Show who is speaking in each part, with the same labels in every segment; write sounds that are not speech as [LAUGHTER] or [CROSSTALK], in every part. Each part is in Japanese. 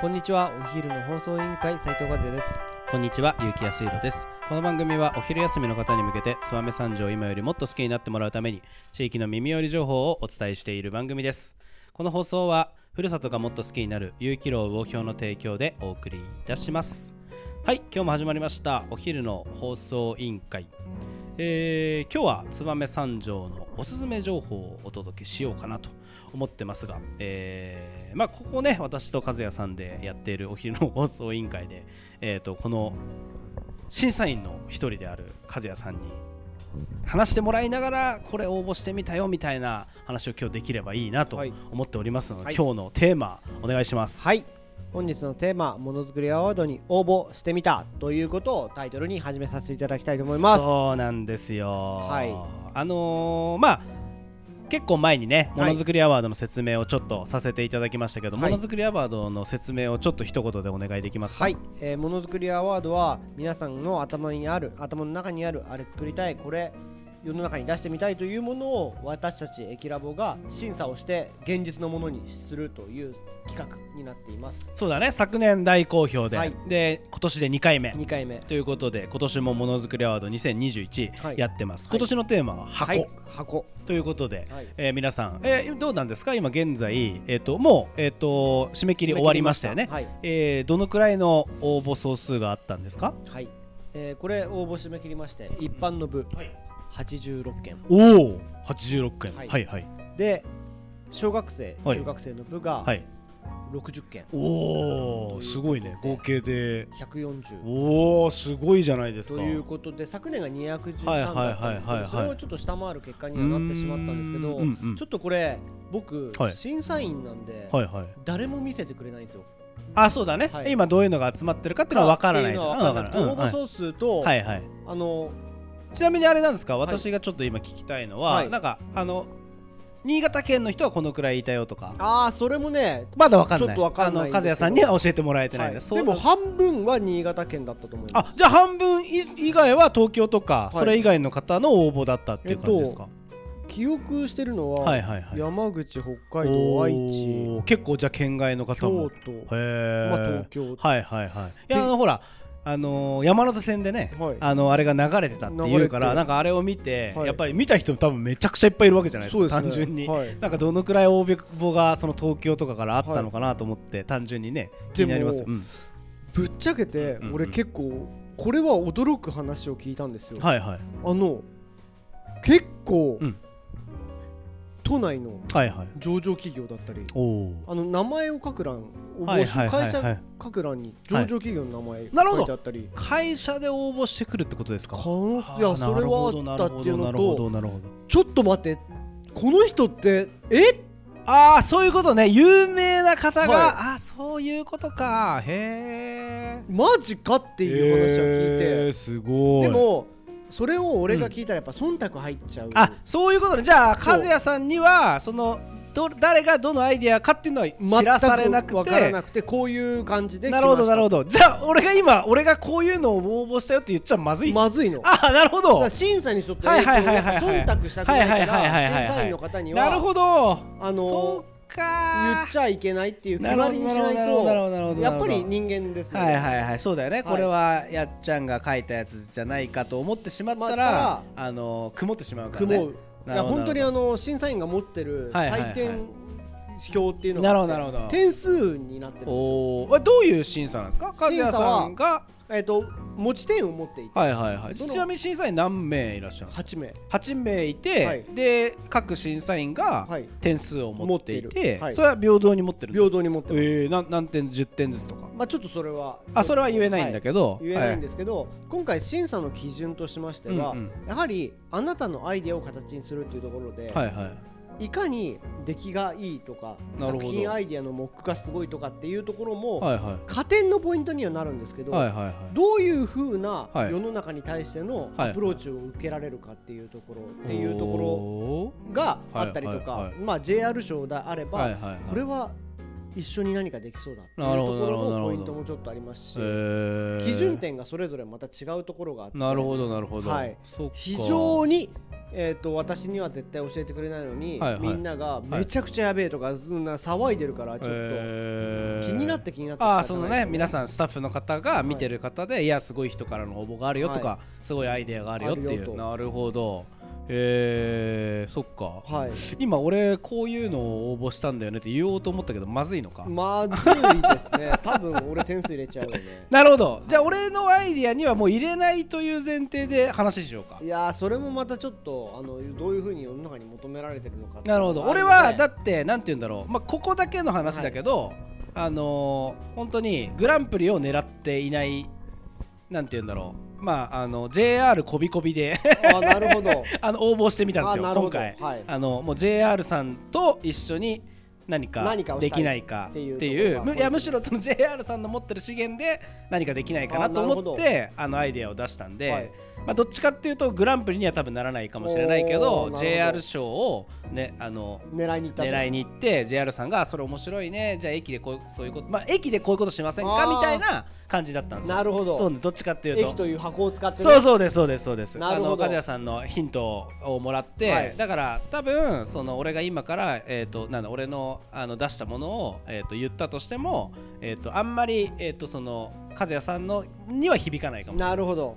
Speaker 1: こんにちはお昼の放送委員会斉藤和也です
Speaker 2: こんにちは、ゆうきやすいろです。この番組はお昼休みの方に向けて、燕三条を今よりもっと好きになってもらうために、地域の耳寄り情報をお伝えしている番組です。この放送は、ふるさとがもっと好きになる、ゆうきろう魚評の提供でお送りいたします。はい、今日も始まりました、お昼の放送委員会。えー今日は燕三条のおすすめ情報をお届けしようかなと思ってますが、えーまあ、ここね私と和也さんでやっているお昼の放送委員会で、えー、とこの審査員の一人である和也さんに話してもらいながらこれ応募してみたよみたいな話を今日できればいいなと
Speaker 1: はい
Speaker 2: 思っておりますので、
Speaker 1: はい
Speaker 2: 今日のテーマお願いします。
Speaker 1: はい本日のテーマものづくりアワードに応募してみたということをタイトルに始めさせていただきたいと思います
Speaker 2: そうなんですよ。
Speaker 1: はい
Speaker 2: あのーまあ結構前にね、も
Speaker 1: はい
Speaker 2: のづくりアワードの説明をちょっとさせていただきましたけど、
Speaker 1: はい
Speaker 2: ものづくりアワードの説明をちょっと一言でお願いできますか。
Speaker 1: はい、えーものづくりアワードは皆さんの頭にある頭の中にあるあれ作りたいこれ世の中に出してみたいというものを私たちエキラボが審査をして現実のものにするという企画になっています
Speaker 2: そうだね、昨年大好評で、
Speaker 1: はい
Speaker 2: で今年で2回目
Speaker 1: 2回目
Speaker 2: ということで、今年もものづくりアワード
Speaker 1: はい
Speaker 2: 2021やってます。
Speaker 1: はい
Speaker 2: 今年のテーマは箱、
Speaker 1: はい箱
Speaker 2: ということで。
Speaker 1: はい
Speaker 2: えー皆さん、えーどうなんですか今現在、えー、ともう、えー、と締め切り終わりましたよね
Speaker 1: はい、
Speaker 2: えーどのくらいの応募総数があったんですか
Speaker 1: はいえーこれ応募締め切りまして一般の部86件
Speaker 2: おお86件
Speaker 1: は
Speaker 2: はいいはい
Speaker 1: で小学生
Speaker 2: はい
Speaker 1: 中学生の部が
Speaker 2: はい
Speaker 1: 60件
Speaker 2: お
Speaker 1: ということ
Speaker 2: お
Speaker 1: です
Speaker 2: ごいね合計で
Speaker 1: 140
Speaker 2: おおすごいじゃないです
Speaker 1: と
Speaker 2: か
Speaker 1: いうことで昨年が213
Speaker 2: はいはい
Speaker 1: だったんですけ
Speaker 2: は
Speaker 1: ど
Speaker 2: いはいはい
Speaker 1: それをちょっと下回る結果にはなってしまったんですけど
Speaker 2: うーんうんうん
Speaker 1: ちょっとこれ僕
Speaker 2: はい
Speaker 1: 審査員なんで
Speaker 2: はいはい
Speaker 1: 誰も見せてくれないんですよ。
Speaker 2: あそうだね、
Speaker 1: はい
Speaker 2: 今どういうのが集まってるかっていうのは分からない
Speaker 1: ってうのは分からなくて
Speaker 2: うん
Speaker 1: 応
Speaker 2: 分から
Speaker 1: 募
Speaker 2: ないうん
Speaker 1: 総数と
Speaker 2: はいはいはい
Speaker 1: あの
Speaker 2: ちなみにあれなんですか
Speaker 1: い
Speaker 2: 私がちょっと今聞きたいのは、
Speaker 1: はい
Speaker 2: なんかあの新潟県の人はこのくらいいたよとか
Speaker 1: あーそれもね
Speaker 2: まだ分かんない
Speaker 1: ちょっと分かんない
Speaker 2: あ
Speaker 1: んですけど
Speaker 2: の和也さんには教えてもらえてない
Speaker 1: は
Speaker 2: ん
Speaker 1: い
Speaker 2: で、そう
Speaker 1: でも半分は新潟県だったと思います
Speaker 2: あ。じゃあ半分以以外は東京とか、
Speaker 1: い
Speaker 2: それ以外の方の応募だったっていう感じですか、
Speaker 1: 記憶してるの
Speaker 2: はい
Speaker 1: は
Speaker 2: はいはい
Speaker 1: 山口北海道愛知
Speaker 2: おー結構じゃあ県外の方
Speaker 1: 京
Speaker 2: も
Speaker 1: 都、
Speaker 2: へえ、
Speaker 1: まあ、東京
Speaker 2: はいはいはいい
Speaker 1: で
Speaker 2: やあのほらあのー山手線でね、
Speaker 1: はい
Speaker 2: あのあれが流れてたっていうか
Speaker 1: 流れて
Speaker 2: らなんかあれを見て、
Speaker 1: はい
Speaker 2: やっぱり見た人多分めちゃくちゃいっぱいいるわけじゃないですか単純に、
Speaker 1: はい
Speaker 2: なんかどのくらい応募がその東京とかからあったのかなと思って、単純にね気になりますよ、
Speaker 1: で
Speaker 2: うん、
Speaker 1: ぶっちゃけて
Speaker 2: うんうん
Speaker 1: 俺結構これは驚く話を聞いたんですよ、
Speaker 2: はいはい
Speaker 1: あの結構、
Speaker 2: うん
Speaker 1: 都内の
Speaker 2: はいはい
Speaker 1: 上場企業だったり
Speaker 2: おお
Speaker 1: あの名前を書く欄応
Speaker 2: は
Speaker 1: 募
Speaker 2: い
Speaker 1: 集、
Speaker 2: はいはい
Speaker 1: 会
Speaker 2: は
Speaker 1: 社
Speaker 2: い
Speaker 1: 書く欄に上場企業の名
Speaker 2: な
Speaker 1: 前
Speaker 2: る
Speaker 1: 書
Speaker 2: ほど
Speaker 1: いてあったり、
Speaker 2: 会社で応募してくるってことですか
Speaker 1: かん
Speaker 2: あー
Speaker 1: いやそれはあったっていうの
Speaker 2: なるほど
Speaker 1: と
Speaker 2: なるほどなるほど
Speaker 1: ちょっと待ってこの人ってえ
Speaker 2: ああそういうことね有名な方が、
Speaker 1: はい
Speaker 2: ああそういうことかへえ
Speaker 1: マジかっていう話は聞いて、
Speaker 2: すごい
Speaker 1: でもそれを俺が聞いたらやっぱ忖度入っちゃう、
Speaker 2: あそういうことねじゃあ
Speaker 1: そう
Speaker 2: 和也さんにはそのど誰がどのアイデアかっていうのは知らされなく
Speaker 1: 全
Speaker 2: て
Speaker 1: 分からなくてこういう感じで来ま
Speaker 2: な
Speaker 1: し
Speaker 2: る
Speaker 1: た
Speaker 2: ほどなるほどじゃあ俺が今俺がこういうのを応募したよって言っちゃまずい、
Speaker 1: まずいのだ
Speaker 2: ああなるほど
Speaker 1: から審査にとって影響
Speaker 2: はいはいはいはいはい
Speaker 1: 忖度したくないか
Speaker 2: はいはいはいはいは
Speaker 1: ら
Speaker 2: い
Speaker 1: 審査員の方に
Speaker 2: なる
Speaker 1: は
Speaker 2: ほど
Speaker 1: あのー
Speaker 2: そう
Speaker 1: 言
Speaker 2: か
Speaker 1: っちゃいけないっていう決まりにしない
Speaker 2: なるほどなるほどなるほ
Speaker 1: と
Speaker 2: ど
Speaker 1: やっぱり人間ですね
Speaker 2: はいはいはいそうだよね、
Speaker 1: い
Speaker 2: これはやっちゃんが書いたやつじゃないかと思ってしまったら,、
Speaker 1: ま
Speaker 2: あの曇ってしまうからね
Speaker 1: 雲うい
Speaker 2: なる
Speaker 1: や
Speaker 2: ほど
Speaker 1: 本当にあの審査員が持ってる
Speaker 2: はいはいはい
Speaker 1: 採点表っていうの
Speaker 2: なるほど
Speaker 1: が
Speaker 2: なるほ
Speaker 1: あって
Speaker 2: ど
Speaker 1: 点数になってるんですよ
Speaker 2: おーえどういう審査なんですか和
Speaker 1: 審査は
Speaker 2: 也さんが
Speaker 1: えっと持ち点を持っていて
Speaker 2: はいはいはい
Speaker 1: ど
Speaker 2: ち
Speaker 1: の
Speaker 2: なみに審査員何名いらっしゃるんですか
Speaker 1: 8名
Speaker 2: 8名いて、
Speaker 1: はい
Speaker 2: で各審査員が
Speaker 1: はい
Speaker 2: 点数を持ってい
Speaker 1: 持
Speaker 2: て,、
Speaker 1: ってるはい
Speaker 2: それは平等に持ってるんです
Speaker 1: 平
Speaker 2: か
Speaker 1: 等に持ってます
Speaker 2: えー、な何点10点ずつとか
Speaker 1: まあちょっとそれは
Speaker 2: あそれは言えないんだ
Speaker 1: け
Speaker 2: けど、
Speaker 1: 言えないん
Speaker 2: で
Speaker 1: ですけど、今回審査の基準としましては、
Speaker 2: うんうん
Speaker 1: やはりあなたのアイデアを形にするというところで、、
Speaker 2: はいはいはい
Speaker 1: かに出来がいいとか
Speaker 2: なるほ
Speaker 1: 作
Speaker 2: ど
Speaker 1: 品アイデアのモックがすごいとかっていうところも、
Speaker 2: いはいは
Speaker 1: 加点のポイントにはなるんですけ
Speaker 2: い
Speaker 1: ど、
Speaker 2: はいはい
Speaker 1: どういうふうな
Speaker 2: はい
Speaker 1: 世の中に対しての
Speaker 2: はい
Speaker 1: アプローチを受けられるかっていうところ、っていうとこ
Speaker 2: こ
Speaker 1: ろがあったりとか、
Speaker 2: はいはいはい
Speaker 1: まあ、JR 賞であれば、
Speaker 2: はいはいはい
Speaker 1: これは一緒に何かできそうだっていう
Speaker 2: な
Speaker 1: と
Speaker 2: る
Speaker 1: こ
Speaker 2: ほど
Speaker 1: ろ
Speaker 2: なる
Speaker 1: の
Speaker 2: ほど
Speaker 1: ポイントもちょっとありますし、
Speaker 2: えー
Speaker 1: 基準点がそれぞれまた違うところがあって
Speaker 2: なるほどなるほど、
Speaker 1: はい
Speaker 2: そっか
Speaker 1: 非常にえー、と私には絶対教えてくれないのに、
Speaker 2: はいはい
Speaker 1: みんながめちゃくちゃやべえとか、そんな騒いでるからちょっと、
Speaker 2: えー
Speaker 1: 気になって気になって
Speaker 2: ああそのね皆
Speaker 1: ん
Speaker 2: さんスタッフの方が見てる方で、い、やすごい人からの応募があるよとか、
Speaker 1: は
Speaker 2: すごいアイデアがあるよって
Speaker 1: あ
Speaker 2: い
Speaker 1: るよ
Speaker 2: う
Speaker 1: と
Speaker 2: なるほどえー、そっか、
Speaker 1: はい
Speaker 2: 今俺こういうのを応募したんだよねって言おうと思ったけどまずいのか、
Speaker 1: まずいですね多分俺点数入れちゃうよね
Speaker 2: [LAUGHS] なるほどじゃあ俺のアイディアにはもう入れないという前提で話しようか
Speaker 1: いやーそれもまたちょっとあのどういうふうに世の中に求められてるのかっていう
Speaker 2: なる
Speaker 1: の
Speaker 2: ほど
Speaker 1: があ
Speaker 2: 俺
Speaker 1: ので
Speaker 2: はだってなんて言うんだろう、まあ、ここだけの話だけど、あのー本当にグランプリを狙っていないなんて言うんだろうまああの JR こびこびで
Speaker 1: あなるほど
Speaker 2: あの応募してみたんです
Speaker 1: あ
Speaker 2: よ
Speaker 1: なるほ
Speaker 2: 今
Speaker 1: ど
Speaker 2: 回、
Speaker 1: はい
Speaker 2: あのもう JR さんと一緒に何か
Speaker 1: 何かをした
Speaker 2: で
Speaker 1: い
Speaker 2: きないかっ
Speaker 1: ってていう
Speaker 2: いう
Speaker 1: ところが
Speaker 2: むいやむしろその JR さんの持ってる資源で何かできないかな
Speaker 1: あ
Speaker 2: と
Speaker 1: なるほど
Speaker 2: 思ってあのアイデアを出したんで、
Speaker 1: はい
Speaker 2: まあ、どっちかっていうとグランプリには多分ならないかもしれないけ
Speaker 1: おーなる
Speaker 2: ど
Speaker 1: ほど
Speaker 2: JR 賞を、ね、あの
Speaker 1: 狙いに行ったと
Speaker 2: [LAUGHS] 狙いに行って JR さんが「それ面白いねじゃあ駅でこうそういうことまあ駅でこういうことしませんか?」
Speaker 1: あー
Speaker 2: みたいな感じだったんですよ
Speaker 1: なるほど
Speaker 2: そうねどっちかっていうと
Speaker 1: 駅という箱を使ってる
Speaker 2: そうそうですそうですそうです
Speaker 1: な
Speaker 2: あ
Speaker 1: るほど
Speaker 2: の和也さんのヒントをもらって、
Speaker 1: はい
Speaker 2: だから多分その俺が今から、えー、となんだ俺のあの出したものを、えー、と言ったとしても、えー、とあんまり、えー、とその和也さんのには響かないかもし
Speaker 1: なるほど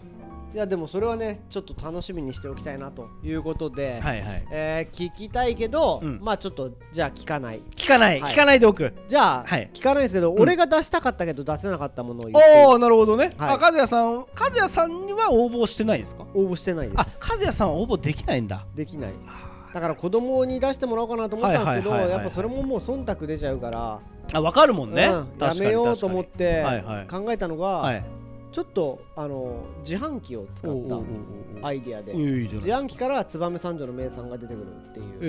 Speaker 1: いやでもそれはねちょっと楽しみにしておきたいなということで、
Speaker 2: れない、はいはい、
Speaker 1: えー聞きたいけど、
Speaker 2: うん
Speaker 1: まあちょっとじゃあ聞かない
Speaker 2: 聞かない、
Speaker 1: はい
Speaker 2: 聞かないでおく
Speaker 1: じゃあ、
Speaker 2: はい
Speaker 1: 聞かないですけど、
Speaker 2: ん
Speaker 1: 俺が出したかったけど出せなかったものを言っていい
Speaker 2: おおなるほどね、
Speaker 1: はい
Speaker 2: あ和也さん和也さんには応募してないんですか
Speaker 1: 応募してないで
Speaker 2: あ
Speaker 1: す
Speaker 2: 和也さんは応募できないんだ
Speaker 1: できないだから子供に出してもらおうかなと思ったんですけど、
Speaker 2: はいはいはいはい
Speaker 1: やっぱそれももう忖度出ちゃうから、
Speaker 2: あ分かるもんね、
Speaker 1: うん
Speaker 2: 確か
Speaker 1: や
Speaker 2: に
Speaker 1: めようと思って
Speaker 2: はいはい
Speaker 1: 考えたのが、
Speaker 2: はい
Speaker 1: ちょっとあの自販機を使
Speaker 2: おうおうおうお
Speaker 1: った
Speaker 2: う
Speaker 1: アイディアで
Speaker 2: いいじゃな
Speaker 1: 自
Speaker 2: い
Speaker 1: 販機から燕三条の名産が出てくるっていう。って
Speaker 2: え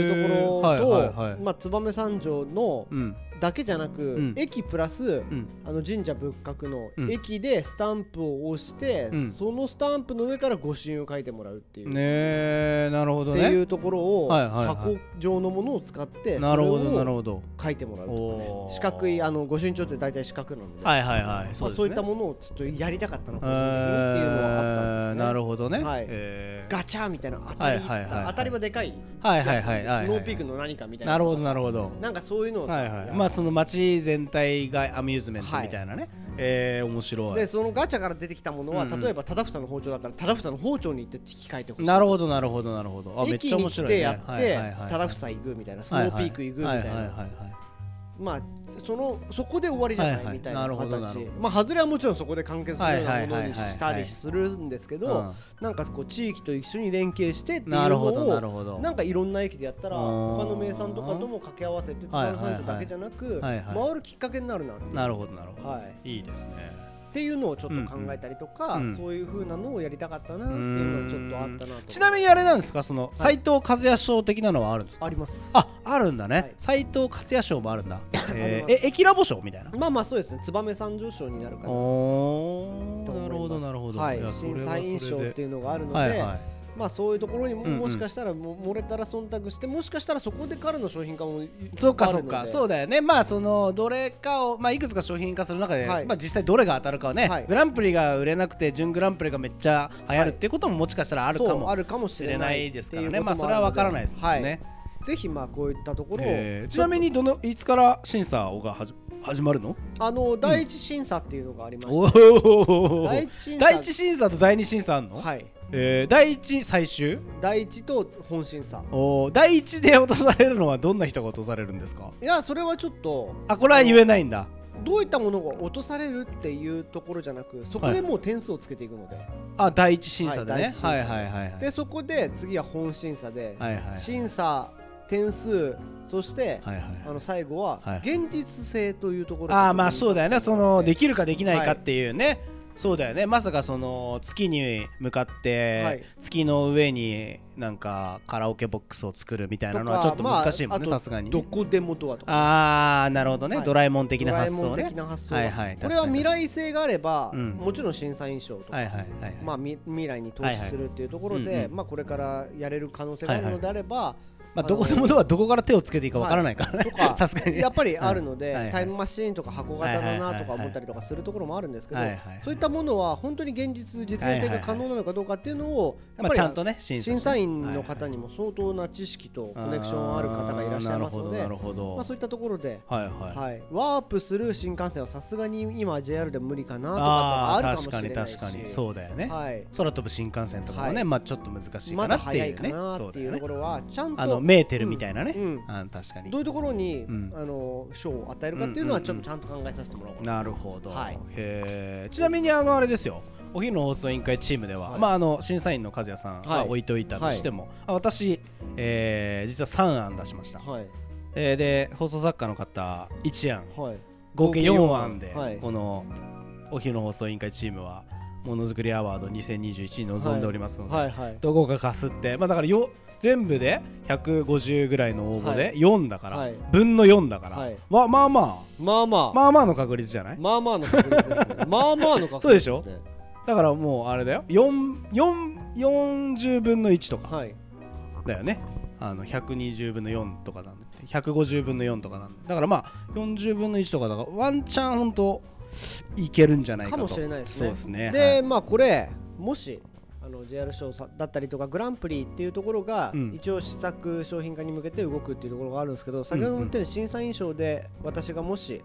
Speaker 1: いうところと、
Speaker 2: はいはいはい
Speaker 1: まあ、燕三条の
Speaker 2: うん
Speaker 1: だけじゃなく、
Speaker 2: うん
Speaker 1: 駅プラス、
Speaker 2: うん
Speaker 1: あの神社仏閣の
Speaker 2: うん
Speaker 1: 駅でスタンプを押して、
Speaker 2: うん
Speaker 1: そのスタンプの上から御朱印を書いてもらうっていう、
Speaker 2: ねえなるほ
Speaker 1: っ
Speaker 2: ど
Speaker 1: てい
Speaker 2: ね
Speaker 1: うところを、
Speaker 2: はいはいはい
Speaker 1: 箱状のものを使って
Speaker 2: なるほど
Speaker 1: そ
Speaker 2: な
Speaker 1: れ
Speaker 2: る
Speaker 1: を
Speaker 2: ほど
Speaker 1: 書いてもらうとか
Speaker 2: お
Speaker 1: ね
Speaker 2: ー
Speaker 1: 四角いあの御朱印帳って大体四角なので、
Speaker 2: はいはいはいそ
Speaker 1: ま
Speaker 2: う
Speaker 1: あ、
Speaker 2: ですね
Speaker 1: そういったものをちょっとやりたかったのかなっていうのはあったんですね。
Speaker 2: えーなるほどね
Speaker 1: はい
Speaker 2: えー
Speaker 1: ガチャみたいな当たりっつった、
Speaker 2: はいはいはいはい
Speaker 1: 当たりはでかい
Speaker 2: はいはいはいはいはい
Speaker 1: スノーピークの何かみたいな
Speaker 2: なるほどなるほど
Speaker 1: なんかそういうのをさ、
Speaker 2: はいはい
Speaker 1: や
Speaker 2: まあその街全体がアミューズメントみたいなねえー面白
Speaker 1: で
Speaker 2: い
Speaker 1: そのガチャから出てきたものは、
Speaker 2: うんうん
Speaker 1: 例えば忠房の包丁だったら忠房の包丁に行って引き換えてほしい
Speaker 2: なるほどなるほどなるほどあめっ
Speaker 1: 駅
Speaker 2: ちゃ
Speaker 1: に
Speaker 2: 面
Speaker 1: 来
Speaker 2: 白いね
Speaker 1: てやって、
Speaker 2: はいはいはい
Speaker 1: 忠房行くみたいなスノーピーク行くみたいな、
Speaker 2: はいはいはいはい
Speaker 1: まあそのそこで終わりじゃ
Speaker 2: は
Speaker 1: ない
Speaker 2: はい
Speaker 1: いみたいな
Speaker 2: なるほ
Speaker 1: 形、
Speaker 2: どなるほど
Speaker 1: まあ外れはもちろんそこで完結するよう
Speaker 2: はいは
Speaker 1: ないも
Speaker 2: はいはい
Speaker 1: のにしたりするんですけど、
Speaker 2: うん
Speaker 1: なんかこう地域と一緒に連携してっていう
Speaker 2: なる
Speaker 1: の
Speaker 2: ほどなる
Speaker 1: を
Speaker 2: ほど
Speaker 1: なんかいろんな駅でやったら
Speaker 2: あー
Speaker 1: 他の名産とかとも掛け合わせて使
Speaker 2: はいうはいはい
Speaker 1: 産業だけじゃなく
Speaker 2: はいはい
Speaker 1: 回るきっかけになるなっていう
Speaker 2: なるほどなるほど、
Speaker 1: はい
Speaker 2: い、いですね
Speaker 1: っていうのをちょっと考えたりとか、
Speaker 2: うんうん
Speaker 1: そういう風なのをやりたかったなっていうのはちょっとあったなと
Speaker 2: ちなみにあれなんですかその
Speaker 1: い
Speaker 2: 斎、藤和也賞的なのはあるんですか
Speaker 1: あります
Speaker 2: ああるんだ
Speaker 1: はい
Speaker 2: ね斎、藤和也賞もあるんだ、
Speaker 1: [COUGHS]
Speaker 2: え
Speaker 1: あ
Speaker 2: ー
Speaker 1: りま、
Speaker 2: え駅ラボ賞みたいな
Speaker 1: まあまあそうですね燕三条賞になるかなと思い
Speaker 2: おーなるほ
Speaker 1: ま
Speaker 2: ど
Speaker 1: す
Speaker 2: なるほど
Speaker 1: はい
Speaker 2: いやそれ
Speaker 1: 審
Speaker 2: は
Speaker 1: 査員
Speaker 2: そ
Speaker 1: 賞っ
Speaker 2: れで
Speaker 1: ていうのがあるので、
Speaker 2: はいはい
Speaker 1: まあそういうところにも
Speaker 2: うんうん
Speaker 1: もしかしたらも漏れたら忖度してもしかしたらそこでからの商品化も
Speaker 2: そうかそうかそう
Speaker 1: う
Speaker 2: だよねまあそのどれかを、まあ、いくつか商品化する中で、
Speaker 1: はい
Speaker 2: まあ、実際どれが当たるかはね、
Speaker 1: はい
Speaker 2: グランプリが売れなくて準グランプリがめっちゃ流行るっていうことももしかしたらあ
Speaker 1: あ
Speaker 2: る
Speaker 1: る
Speaker 2: か
Speaker 1: か
Speaker 2: も
Speaker 1: もあるかもし
Speaker 2: し
Speaker 1: れ
Speaker 2: れ
Speaker 1: な
Speaker 2: な
Speaker 1: っ
Speaker 2: いい
Speaker 1: てい
Speaker 2: ですからね
Speaker 1: う
Speaker 2: ま
Speaker 1: こと
Speaker 2: あそ
Speaker 1: も
Speaker 2: れは分からないです
Speaker 1: の
Speaker 2: もん
Speaker 1: で
Speaker 2: ね、
Speaker 1: はい、ぜひまあこういったところを、
Speaker 2: えーちなみにどのいつから審査がはじ始まるの
Speaker 1: あの第一審査っていうのがありまして、
Speaker 2: おお
Speaker 1: 第一審査
Speaker 2: 第一審査と第二審査あんの、
Speaker 1: はい
Speaker 2: えー第一最終
Speaker 1: 第一と本審査
Speaker 2: おー第一で落とされるのはどんな人が落とされるんですか
Speaker 1: いやそれはちょっと
Speaker 2: あこれは言えないんだ
Speaker 1: どういったものが落とされるっていうところじゃなくそこでもう点数をつけていくので、
Speaker 2: あ第一審査で
Speaker 1: はい第一
Speaker 2: ね
Speaker 1: 審査
Speaker 2: はい
Speaker 1: で
Speaker 2: はいはいはい
Speaker 1: でそこで次は本審査で、
Speaker 2: はいはい
Speaker 1: 審査点数そして、
Speaker 2: はいはい
Speaker 1: あの最後は
Speaker 2: はい
Speaker 1: 現実性というところ
Speaker 2: あーまあそうだよねそので
Speaker 1: き
Speaker 2: きるかできないか
Speaker 1: はい
Speaker 2: っていうね、そうだよねまさかその月に向かって、
Speaker 1: はい
Speaker 2: 月の上になんかカラオケボックスを作るみたいなのはちょっと難しいもんねさすがに
Speaker 1: ど
Speaker 2: ね
Speaker 1: こでもドアとか
Speaker 2: ああなるほどね、
Speaker 1: はい
Speaker 2: ドラえもん的な発
Speaker 1: ド
Speaker 2: 想
Speaker 1: ラえもん
Speaker 2: ね
Speaker 1: 的な発想
Speaker 2: はいはい
Speaker 1: これは未来性があれば、
Speaker 2: うん
Speaker 1: もちろん審査員賞とか、
Speaker 2: はいはいはいはい、
Speaker 1: まあ、み未来に投資するっていうところで、
Speaker 2: はいはいうんうん
Speaker 1: まあ、これからやれる可能性があるのであれば、
Speaker 2: ま
Speaker 1: あ
Speaker 2: あ、
Speaker 1: の
Speaker 2: どこでもドアどこから手をつけていいかわからないからね
Speaker 1: と、か
Speaker 2: [LAUGHS] さすがにね
Speaker 1: [LAUGHS] やっぱりあるので、
Speaker 2: はいはい
Speaker 1: タイムマシーンとか箱型だなとか
Speaker 2: はいはいはいはい
Speaker 1: 思ったりとかするところもあるんですけど、
Speaker 2: はいはい
Speaker 1: そういったものは本当に現実実現性が可能なのかどうかっていうのをやっ
Speaker 2: ま
Speaker 1: ぱ
Speaker 2: あ、
Speaker 1: り、
Speaker 2: ちゃんとね審
Speaker 1: 審査員の
Speaker 2: はい
Speaker 1: 方にも相当な知識とコネクションある方がいらっしゃいますの
Speaker 2: あー
Speaker 1: で
Speaker 2: なるほどなるほど、
Speaker 1: まあ、そういったところで、
Speaker 2: はいはい、
Speaker 1: はい、ワープする新幹線はさすがに今 JR で無理かなとかとかあるかもしれないし
Speaker 2: あー確かに確かにそうだよね、
Speaker 1: はい、
Speaker 2: 空飛ぶ新幹線とかもね、
Speaker 1: はい
Speaker 2: まあちょっと難しいか
Speaker 1: ま
Speaker 2: な
Speaker 1: だ
Speaker 2: って
Speaker 1: 早
Speaker 2: い
Speaker 1: いうか
Speaker 2: ね
Speaker 1: な
Speaker 2: そ
Speaker 1: っ
Speaker 2: う
Speaker 1: て
Speaker 2: だ
Speaker 1: いう
Speaker 2: よ
Speaker 1: と
Speaker 2: ね
Speaker 1: ころはちゃんと
Speaker 2: あのメーテルみたいなね、
Speaker 1: うん
Speaker 2: あー確かに
Speaker 1: どういうところに、
Speaker 2: うん
Speaker 1: あの賞を与えるかっていうのはちょっとちゃんと考えさせてもらおうかな。
Speaker 2: なるほど、
Speaker 1: はい
Speaker 2: へーちなみにあのあれですよお昼の放送委員会チームでは、
Speaker 1: はい
Speaker 2: まあ、あの審査員の和也さんは
Speaker 1: はい
Speaker 2: 置いといたとしても、あ私、えー実は3案出しました、
Speaker 1: はい
Speaker 2: えーで放送作家の方1案
Speaker 1: はい
Speaker 2: 合計4案
Speaker 1: 合計
Speaker 2: で、
Speaker 1: 四案はい
Speaker 2: このお昼の放送委員会チームはものづくりアワード2021に臨んでおりますので、
Speaker 1: はいはい
Speaker 2: どこかかすって、まあ、だからよ全部で150ぐらいの応募
Speaker 1: は
Speaker 2: で
Speaker 1: い
Speaker 2: 4だから、
Speaker 1: はい
Speaker 2: 分の4だから、
Speaker 1: はい
Speaker 2: わまあま
Speaker 1: まあま
Speaker 2: あ
Speaker 1: あ
Speaker 2: まあまあの確率じゃない
Speaker 1: まあまあの確率ですねまあまあの確率ね
Speaker 2: そうでしょだからもうあれだよ4 4 40分の1とか
Speaker 1: はい
Speaker 2: だよねあの120分の4とかなんで150分の4とかなんでだからまあ40分の1とかだからワンチャンほんといけるんじゃないかと
Speaker 1: かもしれないですね
Speaker 2: そうですね
Speaker 1: で、
Speaker 2: はい
Speaker 1: まあこれもしあの JR 賞さだったりとかグランプリっていうところが、
Speaker 2: うん
Speaker 1: 一応試作商品化に向けて動くっていうところがあるんですけど先ほども言ったように審査員賞で私がもし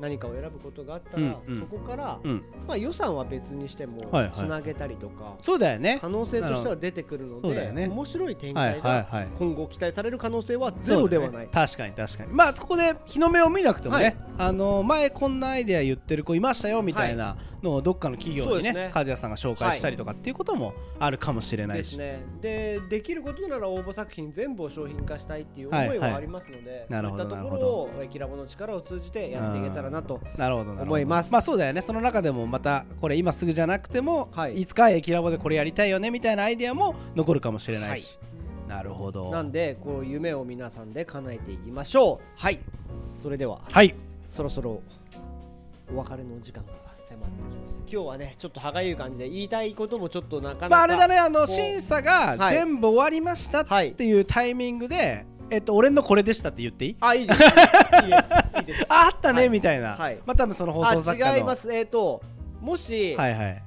Speaker 1: 何かを選ぶことがあったら、
Speaker 2: うんうん
Speaker 1: そこから、
Speaker 2: うん、
Speaker 1: まあ、予算は別にしても
Speaker 2: はいはい
Speaker 1: つなげたりとか、
Speaker 2: そうだよね
Speaker 1: 可能性としては出てくるの
Speaker 2: そうだ
Speaker 1: で
Speaker 2: よね
Speaker 1: 面白い展
Speaker 2: は
Speaker 1: 開
Speaker 2: いはい
Speaker 1: が
Speaker 2: はい
Speaker 1: 今後期待される可能性はゼロではない、
Speaker 2: そうだね確かに確かにまあそこで日の目を見なくてもね、
Speaker 1: はい
Speaker 2: あの前こんなアイデア言ってる子いましたよみたいなのをどっかの企業
Speaker 1: そ
Speaker 2: に
Speaker 1: う
Speaker 2: ね
Speaker 1: ですね
Speaker 2: 和也さんが紹介したりとかっていうこともあるかもしれない
Speaker 1: です
Speaker 2: し、
Speaker 1: ねでできることなら応募作品全部を商品化したいっていう思
Speaker 2: はい
Speaker 1: い
Speaker 2: はい
Speaker 1: はありますので、
Speaker 2: なるほど
Speaker 1: そういったところをキラボの力を通じてやっていけたらなと
Speaker 2: なるほどなるほど
Speaker 1: 思います
Speaker 2: まあそうだよねその中でもまたこれ今すぐじゃなくても、、
Speaker 1: はいい
Speaker 2: つか駅ラボでこれやりたいよねみたいなアイデアも残るかもしれないし、なるほど
Speaker 1: なんでこう夢を皆さんで叶えていきましょうはいそれでは
Speaker 2: はい
Speaker 1: そろそろお別れの時間が迫ってきました今日はねちょっと歯がゆい感じで言いたいこともちょっとなかなか、
Speaker 2: まああれだねあ
Speaker 1: こ
Speaker 2: の
Speaker 1: う
Speaker 2: 審査が
Speaker 1: はい
Speaker 2: 全部終わりました
Speaker 1: はい
Speaker 2: っていうタイミングで、えっと俺のこれでしたって言っていい
Speaker 1: あいいですいいですいいです
Speaker 2: ああったね、
Speaker 1: はい
Speaker 2: みたいな、
Speaker 1: はい
Speaker 2: まあ多分その [LAUGHS] 放送作家の
Speaker 1: あ違いますえっ、ともし、
Speaker 2: はいはい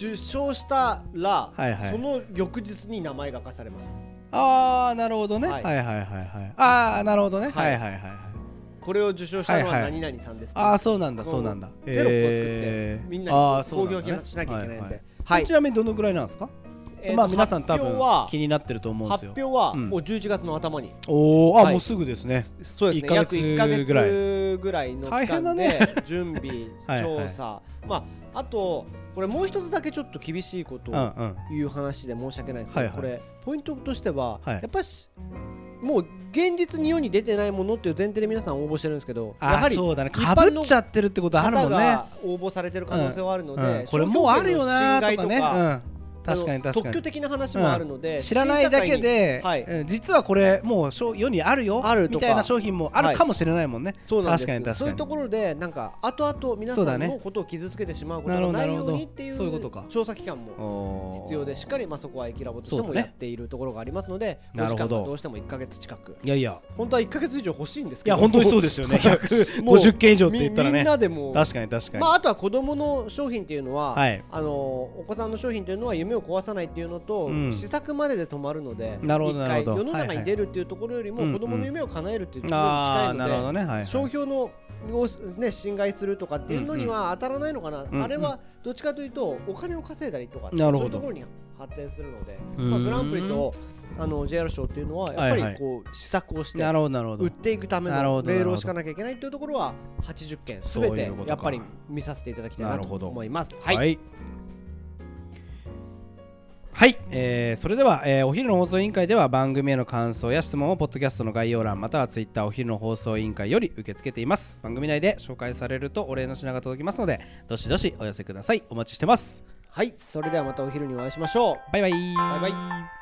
Speaker 1: 受賞したら、
Speaker 2: はいはい
Speaker 1: その翌日に名前が書かされます
Speaker 2: ああなるほどね、は、
Speaker 1: はいい
Speaker 2: はいはいはいはいああなるほどね、は、
Speaker 1: はいい
Speaker 2: はいはいはい
Speaker 1: これを受賞したの
Speaker 2: は
Speaker 1: はい
Speaker 2: はい
Speaker 1: 何々さんですけど、
Speaker 2: ああそうなんだ
Speaker 1: こう
Speaker 2: そうなんだ
Speaker 1: テロップを作って、
Speaker 2: えー
Speaker 1: みんな
Speaker 2: あー
Speaker 1: に
Speaker 2: そう
Speaker 1: 公
Speaker 2: んだね
Speaker 1: 表しなきゃいけないんで、
Speaker 2: は
Speaker 1: はい
Speaker 2: ちなみにどのぐらいなんですか、
Speaker 1: えーと
Speaker 2: まあ皆さん多
Speaker 1: 発
Speaker 2: 分
Speaker 1: 表は
Speaker 2: 気になってると思うんです
Speaker 1: 発
Speaker 2: よ
Speaker 1: 表は
Speaker 2: うん
Speaker 1: もう11月の頭に、
Speaker 2: おおあ、
Speaker 1: はい
Speaker 2: もうすぐですね
Speaker 1: そうです
Speaker 2: 1
Speaker 1: ね
Speaker 2: ヶ
Speaker 1: 約1か
Speaker 2: 月ぐらい
Speaker 1: 月ぐらいの期
Speaker 2: 大変だ
Speaker 1: 間
Speaker 2: ね
Speaker 1: で [LAUGHS] 準備
Speaker 2: はいはい
Speaker 1: 調査まああとこれもう一つだけちょっと厳しいこと
Speaker 2: う
Speaker 1: を
Speaker 2: んうん
Speaker 1: いう話で申し訳ないですけど、
Speaker 2: はいはい
Speaker 1: これポイントとしては、
Speaker 2: はい
Speaker 1: やっぱしもう現実に世に出てないものっていう前提で皆さん応募してるんですけどや
Speaker 2: あ
Speaker 1: は
Speaker 2: あ
Speaker 1: り
Speaker 2: そうだね
Speaker 1: 一
Speaker 2: か
Speaker 1: 般
Speaker 2: ぶ
Speaker 1: の
Speaker 2: っちゃってるってことあるも
Speaker 1: 方
Speaker 2: んね、
Speaker 1: が応募されてる可能性はあるので、
Speaker 2: うん、これもうあるよなー
Speaker 1: 商標権の
Speaker 2: とかね
Speaker 1: 侵害とか
Speaker 2: うん、確かに確か
Speaker 1: あの特
Speaker 2: に
Speaker 1: 許的な話もあるので、
Speaker 2: 知らないだけで
Speaker 1: 審、査会にはい
Speaker 2: うん実はこれもう商世にあるよ
Speaker 1: あるとか
Speaker 2: みたいな商品もあるかもしれないもんね、
Speaker 1: そうなんです
Speaker 2: 確かに確かに
Speaker 1: そういうところでなんか後々皆
Speaker 2: そうだ
Speaker 1: さん
Speaker 2: ね
Speaker 1: のことを傷つけてしまうこと
Speaker 2: な
Speaker 1: が
Speaker 2: るほど
Speaker 1: ないよう
Speaker 2: な
Speaker 1: に
Speaker 2: るほ
Speaker 1: っ
Speaker 2: ど
Speaker 1: てい
Speaker 2: そういうこ
Speaker 1: う
Speaker 2: とか
Speaker 1: 調査機関も
Speaker 2: おー
Speaker 1: 必要でしっかり、まあ、そこは駅ラボとして
Speaker 2: そ
Speaker 1: も
Speaker 2: うだ
Speaker 1: や
Speaker 2: ね
Speaker 1: っているところがありますので、
Speaker 2: なる
Speaker 1: お
Speaker 2: ほど
Speaker 1: 時間がどうしても1か月近く
Speaker 2: いやいや
Speaker 1: 本当は1か月以上欲しいんです
Speaker 2: い
Speaker 1: けど
Speaker 2: や本当にそうですよね
Speaker 1: [LAUGHS]
Speaker 2: 150件以上って言ったら
Speaker 1: みみ
Speaker 2: ね
Speaker 1: んなでも
Speaker 2: 確かに確かに、
Speaker 1: まあ、あとは子どもの商品っていうのは、
Speaker 2: はい
Speaker 1: あのお子さんの商品というのは夢を壊さないっていうのと、
Speaker 2: うん
Speaker 1: 試作までで止まるので
Speaker 2: なるほど
Speaker 1: 一
Speaker 2: な
Speaker 1: 回
Speaker 2: るほど
Speaker 1: 世の中に出るっていうところよりも、
Speaker 2: はいはい
Speaker 1: 子どもの夢を叶えるっていうところに
Speaker 2: あ
Speaker 1: 近
Speaker 2: あ
Speaker 1: いの
Speaker 2: な
Speaker 1: で
Speaker 2: る、ほどねはい、はい、
Speaker 1: 商標のを、ね、侵害するとかっていうのには当たらないのかな、
Speaker 2: んうん
Speaker 1: あれはどっちかというとお金を稼いだりとか
Speaker 2: なる
Speaker 1: そう
Speaker 2: ほど
Speaker 1: いうところに発展するので、
Speaker 2: うーん
Speaker 1: まあ、グランプリとあの JR 賞っていうのはやっぱ
Speaker 2: はいはい
Speaker 1: りこう試作をして
Speaker 2: なるほどなるほど
Speaker 1: 売っていくため
Speaker 2: なるほ
Speaker 1: の
Speaker 2: ど
Speaker 1: レールを敷かなきゃいけないというところは80件すべ
Speaker 2: そうい
Speaker 1: て
Speaker 2: うことか
Speaker 1: やっぱり見させていただきたい
Speaker 2: な
Speaker 1: な
Speaker 2: る
Speaker 1: と
Speaker 2: ほど
Speaker 1: 思います。
Speaker 2: は、
Speaker 1: はいい、
Speaker 2: はいえーそれでは、えーお昼の放送委員会では番組への感想や質問をポッドキャストの概要欄またはツイッターお昼の放送委員会より受け付けています番組内で紹介されるとお礼の品が届きますのでどしどしお寄せくださいお待ちしてます
Speaker 1: はい、それではまたお昼にお会いしましょう。
Speaker 2: バイバイ
Speaker 1: バイ
Speaker 2: イ